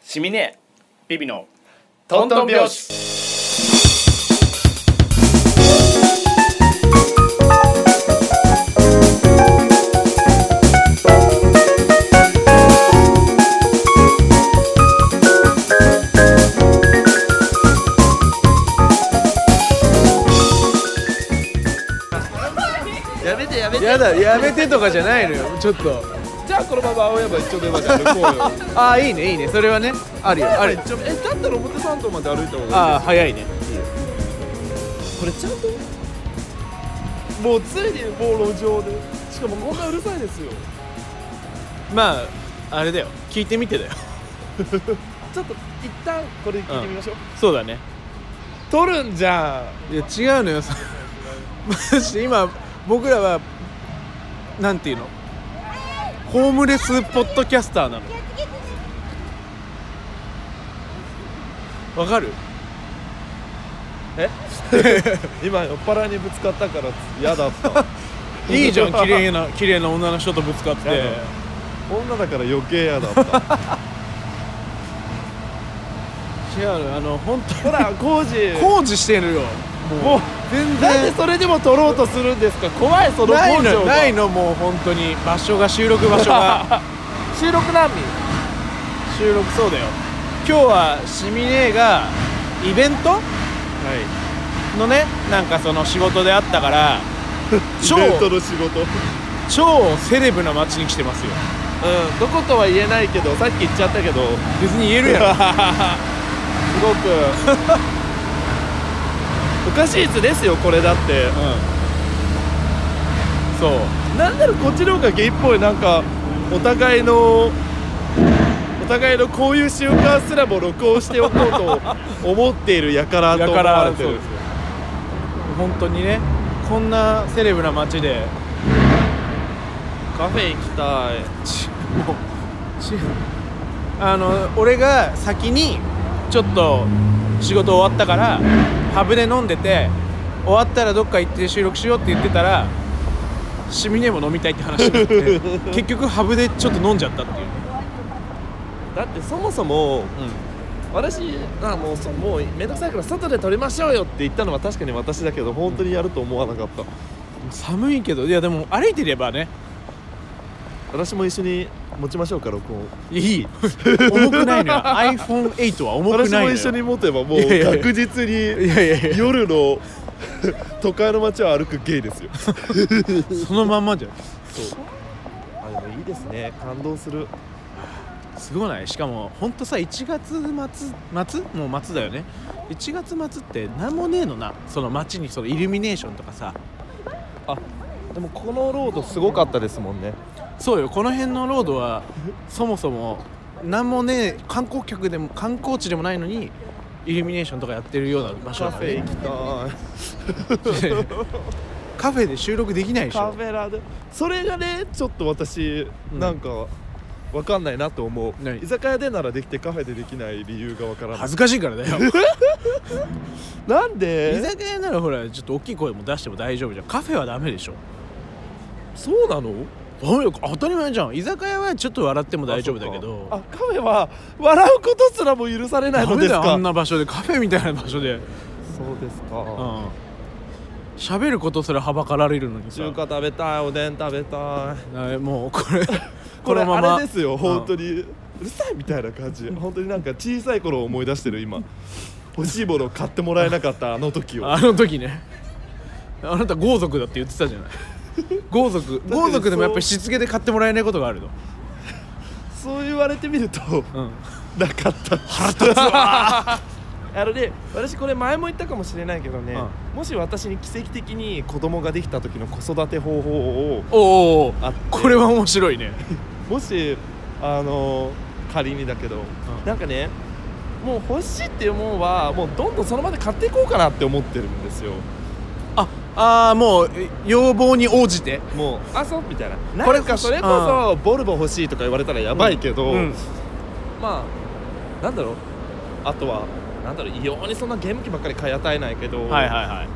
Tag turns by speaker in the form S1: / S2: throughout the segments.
S1: シミネビビの
S2: トントン拍
S1: 子やめてやめて
S2: やだやめてとかじゃないのよちょっと
S1: じゃあこのまま青山一丁目まで歩こうよ
S2: ああいいねいいねそれはねあるよあ
S1: あれえ
S2: る
S1: だったら表参道まで歩いた方がいい
S2: ああ早いね
S1: これちゃんともうついにもう路上でしかもこんなうるさいですよ
S2: まああれだよ聞いてみてだよ
S1: ちょっと一旦これ聞いてみましょう、
S2: そうだね
S1: 撮るんじゃ
S2: いや違うの よそマジで今僕らはなんていうのホームレスポッドキャスターなのわかる
S1: ん今酔っ払いにぶつかったから嫌だった
S2: いい じゃん綺麗な綺麗な女の人とぶつかって
S1: やだ女だから余計嫌だった
S2: 違うのあの本
S1: ほらコージ
S2: 当工事してるよ
S1: もう
S2: 全
S1: なんで
S2: 然
S1: それでも撮ろうとするんですか怖いその
S2: ない
S1: 根性
S2: の
S1: が
S2: ないのもう本当に場所が収録場所 が
S1: 収録難民
S2: 収録そうだよ今日はシミネがイベント
S1: は
S2: のねなんかその仕事であったから
S1: い
S2: 超
S1: イベントの仕事うん
S2: 超セレブな街に来てますよ
S1: どことは言えないけどさっき言っちゃったけど
S2: 別に言える やろ
S1: すごくおかしい図ですよこれだって
S2: うんそう
S1: なんならこっちの方がゲイっぽいなんかお互いのお互いのこういう瞬間すらも録音しておこうと思っているやからと
S2: だ
S1: 思
S2: か
S1: われ
S2: ら
S1: て
S2: そう
S1: る
S2: ですよ本当にねこんなセレブな街で
S1: カフェ行きたい
S2: ちもうちあの俺が先にちょっと仕事終わったからハブで飲んでて終わったらどっか行って収録しようって言ってたらシミネも飲みたいって話になって 結局ハブでちょっと飲んじゃったっていう、
S1: だってそもそも私あもうそもうめんどくさいから外で撮りましょうよって言ったのは確かに私だけど本当にやると思わなかった
S2: 寒いけどいやでも歩いてればね
S1: 私も一緒に持ちましょうか録音
S2: いい重くない のよ iPhone8 は重く
S1: 私
S2: ないの
S1: も
S2: よ
S1: 一緒に持てばも
S2: いやいうや
S1: 確実に
S2: いやいやいや
S1: 夜の都会の街を歩くゲイですよ
S2: そのまんまじゃん
S1: そうあでもいいですね感動する
S2: すごないしかもほんとさ1月末末もう末だよね1月末って何もねえのなその街にそのイルミネーションとかさ
S1: でもこのロードすごかったですもんね
S2: そうよこの辺のロードはそもそも何もねえ観光客でも観光地でもないのにイルミネーションとかやってるような場所
S1: カ
S2: な
S1: フ
S2: の
S1: ェ
S2: ね
S1: 行きた
S2: カフェで収録できない
S1: い
S2: でし
S1: カ
S2: ょ
S1: フェラでそれがねちょっと私、
S2: うん
S1: なんかわかんないなと思う
S2: 何
S1: 居酒屋でならできてカフェでできない理由がわからない
S2: 恥ずかしいからだよ
S1: なん
S2: 居
S1: で
S2: 酒屋ならほらちょっと大きい声も出しても大丈夫じゃんカフェはダメでしょ
S1: そうなの
S2: ダメよ当たり前じゃん居酒屋はちょっと笑っても大丈夫だけど
S1: あそっかあカフェは笑うことすらも許されない
S2: ダ
S1: の
S2: メ
S1: です
S2: だよあ
S1: か
S2: んな場所でカフェみたいな場所で
S1: そうです
S2: う
S1: か
S2: ん喋ることすらはばかられるのにさ
S1: 中華食べたいおでん食べたい
S2: あもうこれ
S1: これ
S2: のまま
S1: あれですよ本当にうるさいみたいな感じ本当になんか小さい頃を思い出してる今欲しいものを買ってもらえなかったあの時を
S2: あの時ねあなた豪族だって言ってたじゃない豪族
S1: に
S2: 豪族でもやっぱり
S1: そ
S2: しつけで買ってもらえないことがあるの
S1: そう言われてみると
S2: うん
S1: なかった腹立つ あのね私これ前も言ったかもしれないけどね、もし私に奇跡的に子供ができた時の子育て方法を
S2: おお
S1: あって
S2: これは面白いね
S1: もしあの仮にだけど、なんかねもう欲しいっていうもんはもうどんどんその場で買っていこうかなって思ってるんですよ
S2: ああーもうえ要望に応じて
S1: もうあそうみたいな
S2: こ
S1: こ
S2: れ
S1: れ
S2: 欲
S1: か
S2: し
S1: それこそボルボ欲しいとか言われたらやばいけど、
S2: うん
S1: まあなんだろうあとはなんだろう異様にそんなゲーム機ばっかり買い与えないけど、
S2: はいはいはい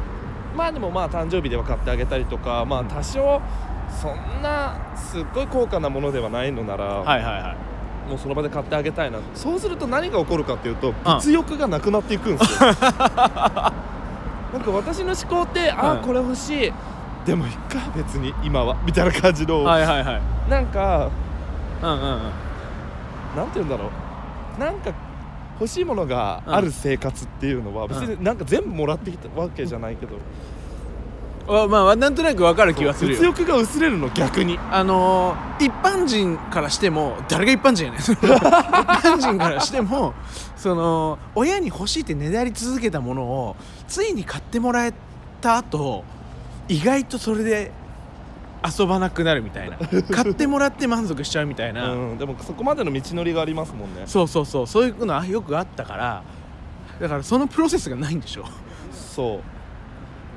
S1: まあでもまあ誕生日では買ってあげたりとかまあ多少そんなすっごい高価なものではないのなら、
S2: はいはいはい
S1: もうその場で買ってあげたいなそうすると何が起こるかっていうと物欲がなくなっていくんですよ、なんか私の思考ってああ
S2: うん
S1: これ欲しいでもいっか別に今はみたいな感じの、
S2: はいはいはい
S1: なんか
S2: うんうんうん
S1: なんて言うんだろうなんか欲しいものがある生活っていうのは別になんか全部もらってきたわけじゃないけど、
S2: わまあなんとなくわかる気がする
S1: 物
S2: よ
S1: 欲が薄れるの逆に
S2: あのー、一般人からしても誰が一般人 やねん一般人からしてもその親に欲しいってねだり続けたものをついに買ってもらえた後意外とそれで遊ばなくなるみたい な買ってもらって満足しちゃうみたいな、
S1: うん、でもそこまでの道のりがありますもんね
S2: そうそうそうそういうのはよくあったからだからそのプロセスがないんでしょ
S1: そ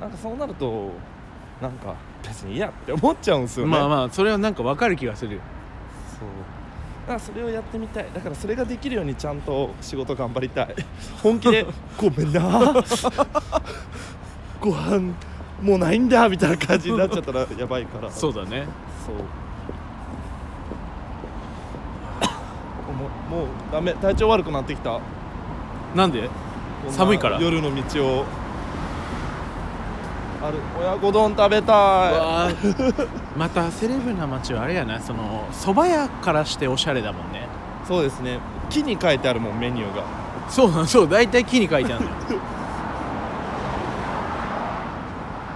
S1: うなんかそうなるとなんか別にいいやって思っちゃうんですよね
S2: まあまあそれはなんかわかる気がするよ
S1: そうだからそれをやってみたいだからそれができるようにちゃんと仕事頑張りたい本気で「 ごめんな ご飯もうないんだ」みたいな感じになっちゃった らやばいから
S2: そうだね
S1: そう もうもうダメ体調悪くなってきたこ
S2: なんで
S1: んな
S2: 寒いから
S1: 夜の道をある親子丼食べたい
S2: わあまたセレブな街はあれやなその蕎麦屋からしておしゃれだもんね
S1: そうですね木に書いてあるもんメニューが
S2: そうなんそう大体木に書いてあるの よ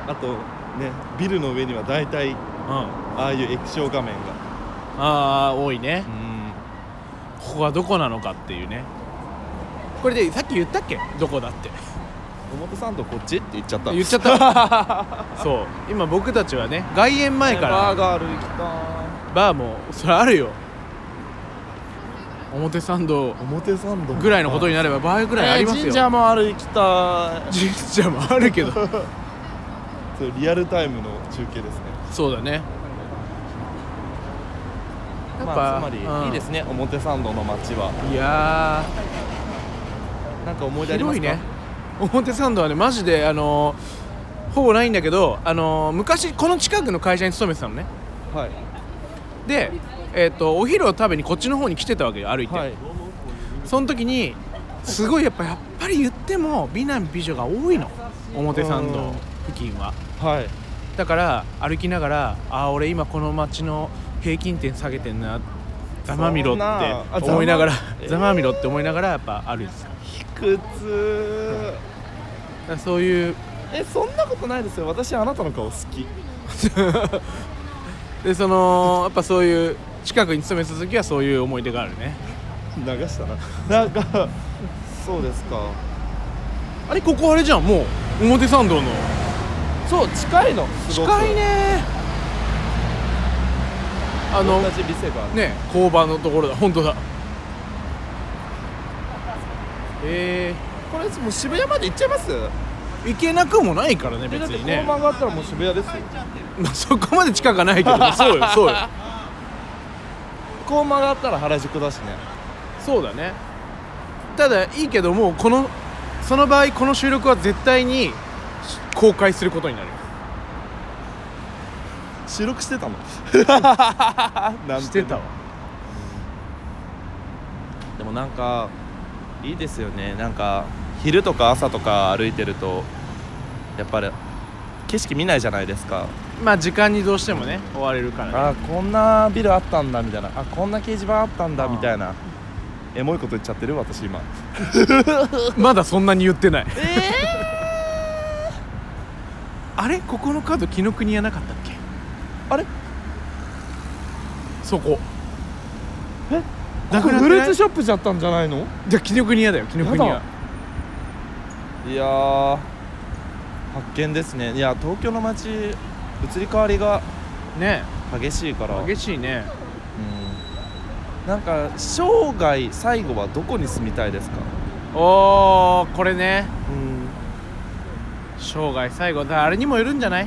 S1: あとねビルの上には大体
S2: うん
S1: ああいう液晶画面が
S2: ああ多いね
S1: うん
S2: ここはどこなのかっていうねこれでさっき言ったっけどこだって
S1: 表参道こっちって言っちゃった
S2: 言っちゃったそう今僕たちはね外苑前か
S1: バ
S2: ら
S1: ーガール行きた
S2: バーもそれあるよ表参道
S1: い表参道
S2: ぐらいのことになればバーぐらいありますよ、
S1: えー神社もある行きたい
S2: 神社もある けど
S1: そうリアルタイムの中継ですね
S2: そうだねやっぱ
S1: まあ、つまり、
S2: うん
S1: いいですね表参道の街はい
S2: や
S1: なんか思い
S2: ー
S1: 出ありま
S2: 広
S1: す
S2: い
S1: か
S2: ね表参道はねマジであのーほぼないんだけど、あのー昔この近くの会社に勤めてたのね
S1: はい
S2: で、えー、とお昼を食べにこっちの方に来てたわけよ歩いて、
S1: はい
S2: その時にすごいやっぱやっぱり言っても美男美女が多いの表参道付近は
S1: はい
S2: だから歩きながらああ俺今この街の平均点下げてんなざまみろっ
S1: そんなあ
S2: て思いながら
S1: ざま
S2: ざまみろって思いながらやっぱあるんですよ
S1: 卑屈
S2: だからそういう
S1: えそんなことないですよ私あなたの顔好き
S2: でそのやっぱそういう近くに勤めた時はそういう思い出があるね
S1: 流したななんかそうですか
S2: あれここあれじゃんもう表参道の
S1: そう近いのすごく
S2: 近いねあの
S1: 同じ店がある
S2: ね工場のところだ本当だえ
S1: これもう渋谷まで行っちゃいます
S2: ー、行けなくもないからね
S1: え
S2: 別
S1: だって
S2: に
S1: こ
S2: ね
S1: の曲があったらもう渋谷ですよ
S2: まあ、そこまで近くはないけ どねそうよそうよ
S1: こう曲がったら原宿だしね
S2: そうだねただいいけどもうこのその場合この収録は絶対に公開することになる
S1: 収録してた のなん
S2: してたわ
S1: でもなんかいいですよねなんか昼とか朝とか歩いてるとやっぱり景色見ないじゃないですか
S2: まあ時間にどうしてもね追われるからね
S1: あこんなビルあったんだみたいなあこんな掲示板あったんだ
S2: うん
S1: みたいなエモいこと言っちゃってる私今
S2: まだそんなに言ってない
S1: え
S2: あれここのカード紀ノ国屋なかったっけ
S1: あれ
S2: そこ
S1: え
S2: なくなっ
S1: フ
S2: て
S1: ル
S2: な
S1: ー
S2: い
S1: ツショップじゃったんじゃないの
S2: じゃあ紀ノ国屋だよ紀ノ国
S1: や
S2: 屋
S1: だいやー発見ですねいや東京の街移り変わりが
S2: ね
S1: 激しいから
S2: 激しいね
S1: うんなんか生涯最後はどこに住みたいですか
S2: おーこれね
S1: うん
S2: 生涯最後だからあれにもよるんじゃない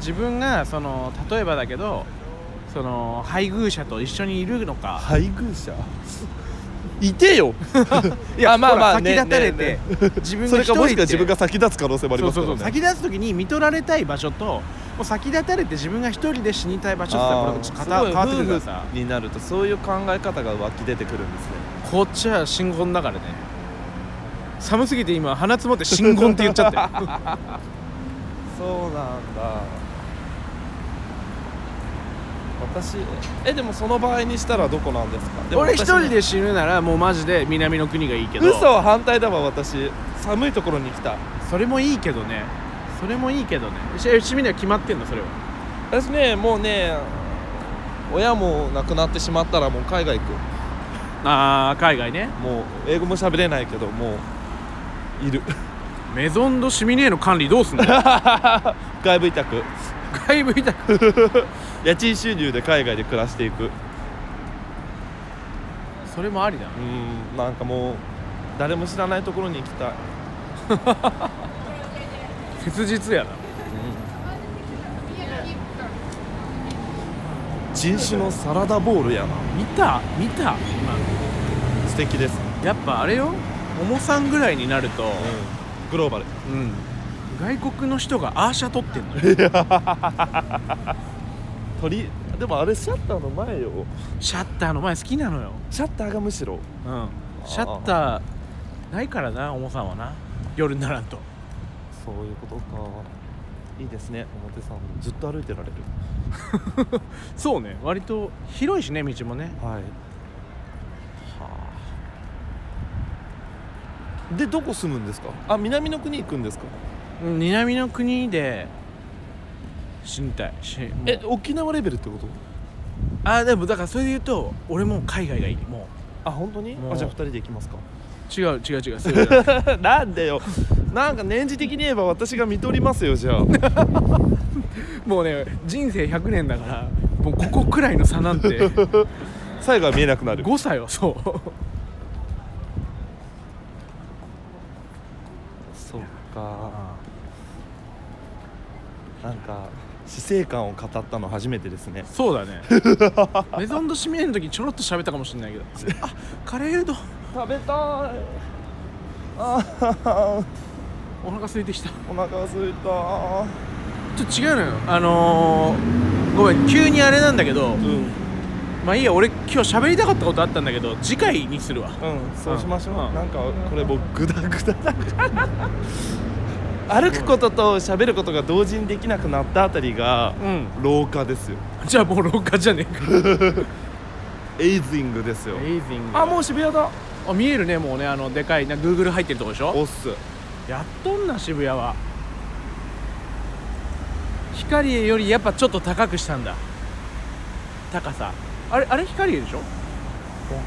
S2: 自分がその例えばだけどその配偶者と一緒にいるのか
S1: 配偶者 いて よい
S2: い
S1: ね
S2: 先立たれて、
S1: ねね
S2: 自分
S1: そ
S2: が
S1: れ
S2: 一人
S1: か
S2: で
S1: もしくは自分が先立つ可能性もあり
S2: そ
S1: ま
S2: う
S1: す
S2: そ
S1: から
S2: うそう
S1: ね
S2: 先立つ時に見とられたい場所ともう先立たれて自分が一人で死にたい場所って言ったら
S1: あー
S2: これちょっと片変わってくるから
S1: すごい
S2: さ
S1: 夫婦になるとそういう考え方が湧き出てくるんですね
S2: こっちは新婚だからね寒すぎて今鼻つもって新婚って言っちゃ ってる
S1: そうなんだ私えでもその場合にしたらどこなんですかでも
S2: 俺
S1: 私
S2: 一人で死ぬならもうマジで南の国がいいけど
S1: 嘘反対だわ私寒いところに来た
S2: それもいいけどねそれもいいけどねしえ趣味には決まってんのそれは
S1: 私ねもうね親も亡くなってしまったらもう海外行く
S2: あー海外ね
S1: もう英語も喋れないけどもういる
S2: メゾンドシミネーの管理どうす んの
S1: 外部委託
S2: 外部委託
S1: 家賃収入で海外で暮らしていくう
S2: それもありだな
S1: ーんなんかもう誰も知らないところに行きたい
S2: 切実やな
S1: 人種のサラダボールやな
S2: 見た見た
S1: 素敵です、
S2: 今やっぱあれよもさんぐらいになると、
S1: うん、グローバル
S2: うん、外国の人がアーシャ撮ってんのよ
S1: 鳥でもあれシャッターの前よ
S2: シャッターの前好きなのよ、
S1: シャッターがむしろ
S2: うん、シャッターないからな重さんはな夜にならんと
S1: そういうことかいいですね表参道ずっと歩いてられる
S2: そうね割と広いしね道もね
S1: はいはあでどこ住むんですかあ南の国行くんですか
S2: うん南の国で死にたいしもう
S1: え沖縄レベルってこと
S2: あでもだからそれで言うと俺もう海外がいいも
S1: あ本当に
S2: もう
S1: あじゃあ2人で行きますか
S2: う違う違う違うそういう の
S1: なんでよなんか年次的に言えば私が見とりますよじゃあ
S2: もうね人生100年だからもうここくらいの差なんて
S1: 最後は見えなくなる
S2: 誤差よそう
S1: そっかなんか死生観を語ったの初めてですね
S2: そうだねメゾンドシミネの時ちょろっと喋ったかもしれないけどあカレーうどん
S1: 食べたいあー
S2: お腹空いてきたち
S1: お腹空すいた
S2: ょっと違うのよあのー、ごめん急にあれなんだけど
S1: うん
S2: まあいいや俺今日喋りたかったことあったんだけど次回にするわ
S1: うんそうしましょう、
S2: うん
S1: なんかこれもうグダグダだから歩くことと喋ることが同時にできなくなったあたりが
S2: うん
S1: 老化ですよ
S2: じゃあもう廊下じゃねえか
S1: エイジングですよ
S2: イジン
S1: あ
S2: あも
S1: もう渋谷だ
S2: うあ見えるねもうねあのでかいな Google 入ってるとこでし
S1: お
S2: ょ
S1: っす
S2: やっとんな渋谷は光よりやっぱちょっと高くしたんだ高さあれあれ光でしょ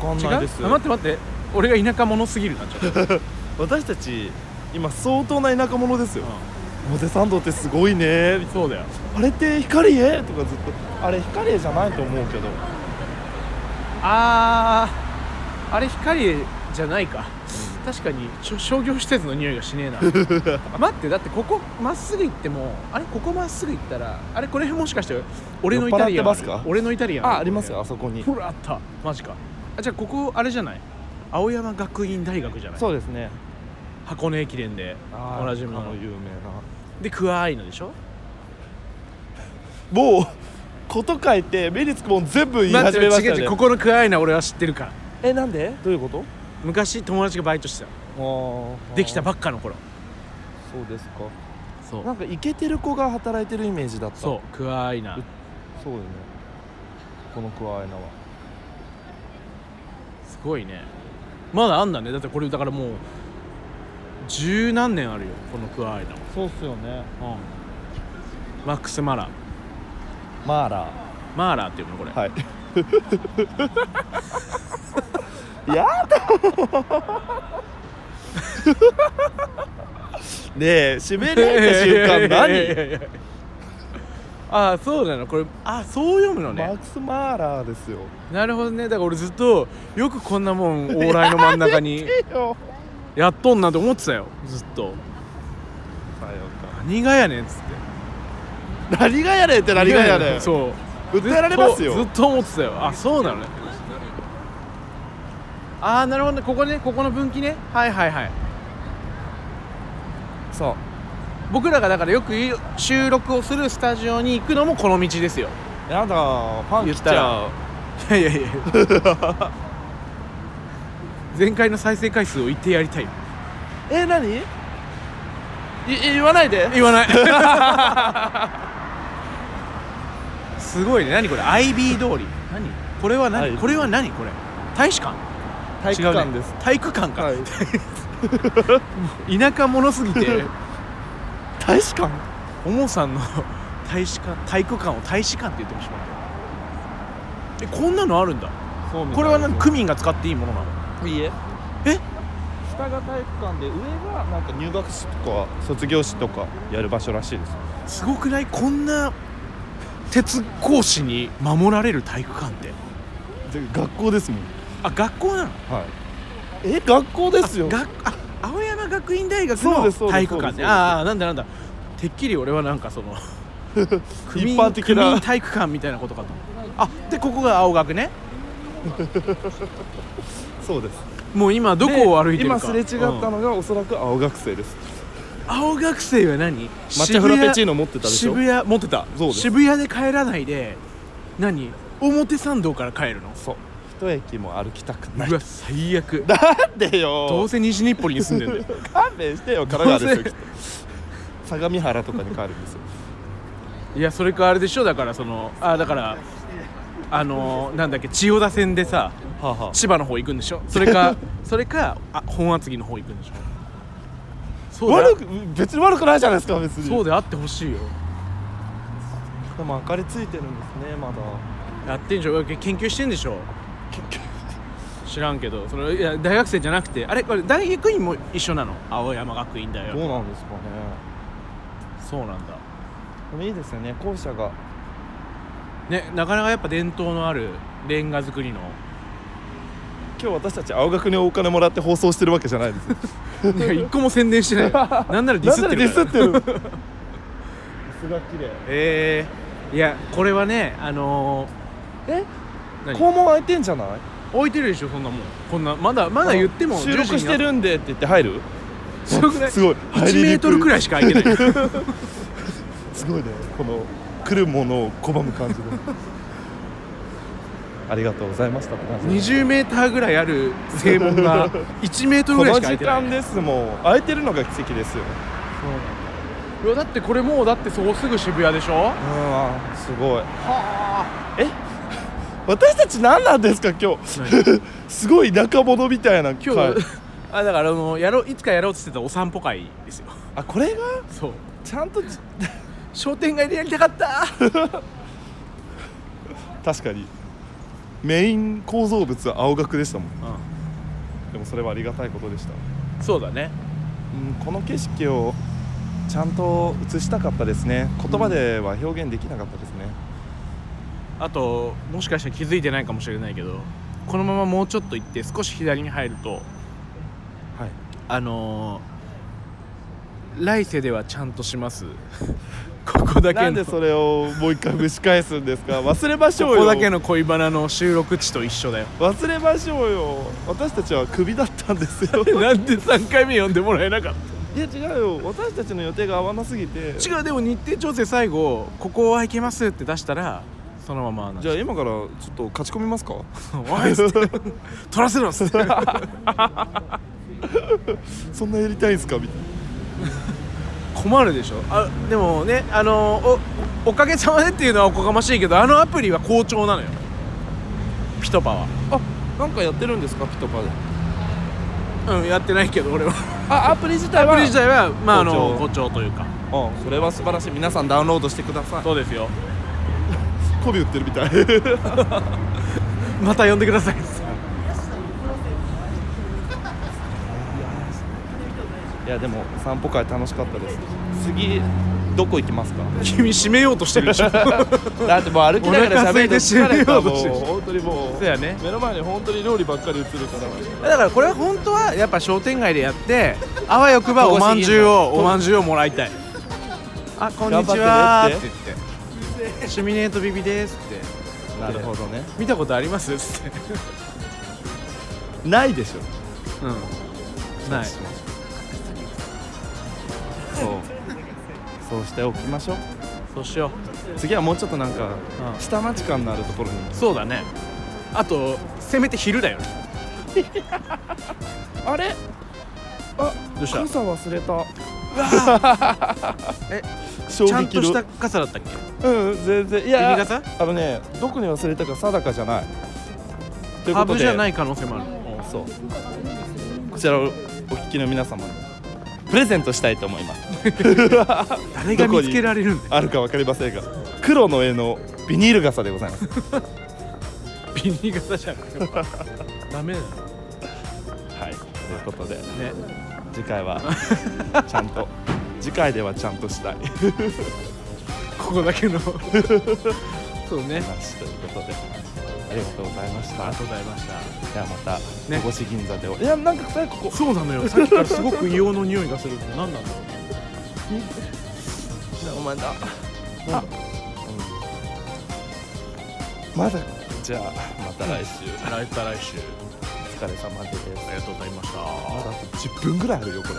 S1: わかん
S2: 違う
S1: ないです
S2: あ待って待って俺が田舎者すぎるなちょっと、
S1: 私たち今相当な田舎者ですよ
S2: う
S1: 表参道ってすごいねみたい
S2: んそうだよ
S1: なあれって光栄とかずっとあれ光栄じゃないと思うけど
S2: あーあれ光じゃないか確かにちょ商業施設の匂いがしね えな待ってだってここまっすぐ行ってもあれここまっすぐ行ったらあれこの辺もしかして俺のイタリアン
S1: 酔っ払ってますか
S2: 俺のイタリアン
S1: あありますよあそこに
S2: ほらあったマジかあじゃあここあれじゃない青山学院大学じゃない
S1: そうですね
S2: 箱根駅伝でおなじみ
S1: あ
S2: の
S1: の有名な
S2: でクアアイナでしょ
S1: 某こと書いて目につくもん全部言い
S2: 待
S1: 始
S2: って
S1: めま
S2: 違
S1: し
S2: う
S1: た
S2: 違う
S1: よ
S2: こ
S1: ね
S2: このクアアイナ俺は知ってるから
S1: えなんでどういうこと
S2: 昔友達がバイトしてたできたば
S1: っ
S2: っかの頃
S1: そうですか
S2: そ
S1: なんかイケてる子が働いてるイメージだった
S2: そうクアアイナ
S1: うそうよねこのクワアイナは
S2: すごいねまだあんだねだってこれだからもう十何年あるよこのクアアイナは
S1: そうっすよね
S2: うんマックス・マラー
S1: マーラ
S2: マーラーっていうのこれ、
S1: はい やだ ねえ締められた瞬間何
S2: 何 ああそうなのこれあそう読むの
S1: マ
S2: ね
S1: ックス・マーラーですよ
S2: なるほどねだから俺ずっとよくこんなもん往来の真ん中にやっとんなって思ってたよずっと何がやねんっつって
S1: 何がやれって何がや れ
S2: そう
S1: 訴えられますよ
S2: ずっとずっと思ってたよあそうなのねああなるほどねここねここの分岐ねはいはいはい
S1: そう
S2: 僕らがだからよく言う収録をするスタジオに行くのもこの道ですよ
S1: やだファン
S2: 言
S1: 来
S2: っ
S1: ち
S2: た
S1: ゃ
S2: ら
S1: う
S2: いやいやいや前回の再生回数を言ってやりたい
S1: え何い言わないで
S2: 言わない すごいね何これ IB 通り何これは何
S1: IB
S2: これは何これ大使館
S1: 体育館です
S2: 違う、ね、体育館か、
S1: はい、
S2: 田舎者すぎて
S1: 大使館
S2: おもさんの 大使館体育館を大使館って言ってしまったえこんなのあるんだ
S1: そうみたい
S2: これは何
S1: です
S2: 区民が使っていいものなの
S1: いいえ
S2: え
S1: 下が体育館で上がなんか入学式とか卒業式とかやる場所らしいです
S2: すごくないこんな鉄講師に守られる体育館って
S1: 学校ですもん
S2: あ学校な
S1: はい
S2: の
S1: え学校ですよ
S2: あ学あ青山学院大学
S1: そうですそう
S2: の
S1: です
S2: 体育館
S1: そうで
S2: ね
S1: す
S2: ああなんだなんだてっきり俺はなんかその区民
S1: 一般的な
S2: 区民体育館みたいなことかとあでここが青学ね
S1: そうです
S2: もう今どこを歩いてるか
S1: 今すれ違った
S2: うん
S1: のがおそらく青学生です
S2: 青学生は何
S1: 抹茶フラペチーノ持ってたでしょ
S2: 渋谷持ってた
S1: そうです
S2: 渋谷で帰らないで何表参道から帰るの
S1: そう一駅も歩きたくないう
S2: わ最悪
S1: なんでよ
S2: どうせ西日暮里に住んでんだよ
S1: 勘弁してよ神奈川です
S2: どう
S1: よきっと相模原とかに帰るんですよ
S2: いやそれかあれでしょだからそのあだからあのー、なんだっけ千代田線でさ
S1: はあ、は
S2: 千葉の方行くんでしょそれ かそれかあ本厚木の方行くんでしょそう
S1: 悪
S2: で
S1: く別に悪くないじゃないですか別に
S2: そうであってほしいよ
S1: でも明かりついてるんですねまだ
S2: やってんじゃん研究してんでしょ知らんけどそのいや大学生じゃなくてあれこれ大学院も一緒なの青山学院大
S1: どう
S2: 学
S1: なんですかね
S2: そうなんだ
S1: でもいいですよね校舎が
S2: ねなかなかやっぱ伝統のあるレンガ作りの
S1: 今日私たち青学にお金もらって放送してるわけじゃないですよ
S2: いや一個も宣伝してない なんならディスっ
S1: なんで
S2: てるから
S1: ディス ってるさすが綺麗
S2: えー、いやこれはねあの
S1: え
S2: ー、何
S1: 校門開いてんじゃない
S2: 置いてるでしょそんなもんこんなまだまだ言っても
S1: 収
S2: 10
S1: 録
S2: 時に
S1: し
S2: な
S1: てるんでって言って入る
S2: すごくない
S1: すごい
S2: 1メートルくらいしか空いてない
S1: すごいねこの来るものを拒む 感じでありがとうございましたって感じで
S2: 20メーターぐらいある正門が1メー トル
S1: こ
S2: ぐら
S1: の
S2: いしか空
S1: 時
S2: いてない
S1: 間ですもん空いてるのが奇跡ですよ
S2: いやだってこれもうだってそこすぐ渋谷でしょは
S1: うんあすごい
S2: あ
S1: 私たち何なんですか今日 すごい田舎者みたいな
S2: 今日、
S1: 会
S2: あだからあのやろういつかやろうって言ってたお散歩会ですよ
S1: あこれが
S2: そう
S1: ちゃんと
S2: 商店街でやりたか った
S1: 確かにメイン構造物は青学でしたもんでもそれはありがたいことでした、
S2: そうだね
S1: うん、この景色をちゃんと映したかったですね言葉では表現できなかったですね、
S2: あともしかしたら気づいてないかもしれないけどこのままもうちょっと行って少し左に入ると
S1: はい
S2: あのー、来世ではちゃんとします ここだけの
S1: なんでそれをもう一回蒸し返すんですか忘れましょうよ
S2: ここだけの恋バナの収録地と一緒だよ
S1: 忘れましょうよ私たちはクビだったんですよ
S2: なんで3回目読んでもらえなかっ
S1: いや違うよ私たちの予定が合わなすぎて
S2: た違うでも日程調整最後「ここは行けます」って出したらそのままなん
S1: じゃあ今からちょっと勝ち込み ますか
S2: おい」っつって「取らせろ」っつって
S1: そんなやりたいんすかみたいな
S2: 困るでしょあでもねあのーおおかげさまでっていうのはおこがましいけどあのアプリは好調なのよピトパは
S1: あなんかやってるんですかピトパで
S2: うんやってないけど俺 は
S1: あアプリ自体は
S2: アプリ自体はまああの
S1: 好
S2: 好調というか
S1: うんそれは素晴らしい皆さんダウンロードしてください
S2: そうですよ
S1: 媚び売ってるみたい
S2: また呼んでく ださい
S1: いやでも散歩会楽しかったです次どこ行き ますか
S2: 君締めようとしてるでしょ
S1: だってもう歩きながら喋るの疲れたも
S2: お腹空いて死ぬようとしてる
S1: う本当にもう
S2: そうやね
S1: 目の前に本当に料理ばっかり映るから
S2: だからこれは本当はやっぱ商店街でやってあわよくばおまんじゅうをおまんじゅうをもらいたいあこんにちはって
S1: 頑張って
S2: 言って「シミネートビビです」って
S1: なるほどね
S2: 「見たことあります?」っつって
S1: ないでしょ
S2: うんない
S1: そうそうしておきましょう
S2: そうしよ
S1: 次はもうちょっとなんか
S2: う、う
S1: 下町感のあるところに
S2: ん、そうだねあとせめて昼だよね
S1: あれあ
S2: どうした
S1: 傘忘れた
S2: え
S1: 衝
S2: ちゃん
S1: 撃
S2: と
S1: の
S2: した傘だったっけ
S1: うん全然い
S2: 海
S1: や
S2: 傘
S1: あのねどこに忘れたか定かじゃないという
S2: ハ
S1: こと
S2: ブ
S1: で
S2: じゃない可能性もある
S1: そうこちらをお聞きの皆様にプレゼントしたいと思います
S2: 誰が
S1: どこ
S2: 見
S1: に
S2: つけられるんだよ
S1: あるかわかりませんが黒の絵のビニール傘でございます
S2: ビニール傘じゃなくて ダメだよ
S1: はいということで
S2: ね
S1: 次回は ちゃんと次回ではちゃんとしたい
S2: ここだけ のそうね
S1: 話ということでありがとうございまし
S2: あ
S1: た
S2: りがとうございました
S1: ではまた
S2: ね
S1: 戸越銀座でおいやなんかこれここ
S2: そうなのよさっきからすごく硫黄の匂いがするの何なんだろう
S1: お前だ
S2: あ
S1: まだじゃあまた来週
S2: 来た
S1: お
S2: 来週
S1: 疲れ様です
S2: ありがとうございました
S1: まだあと10分ぐらいあるよこれ。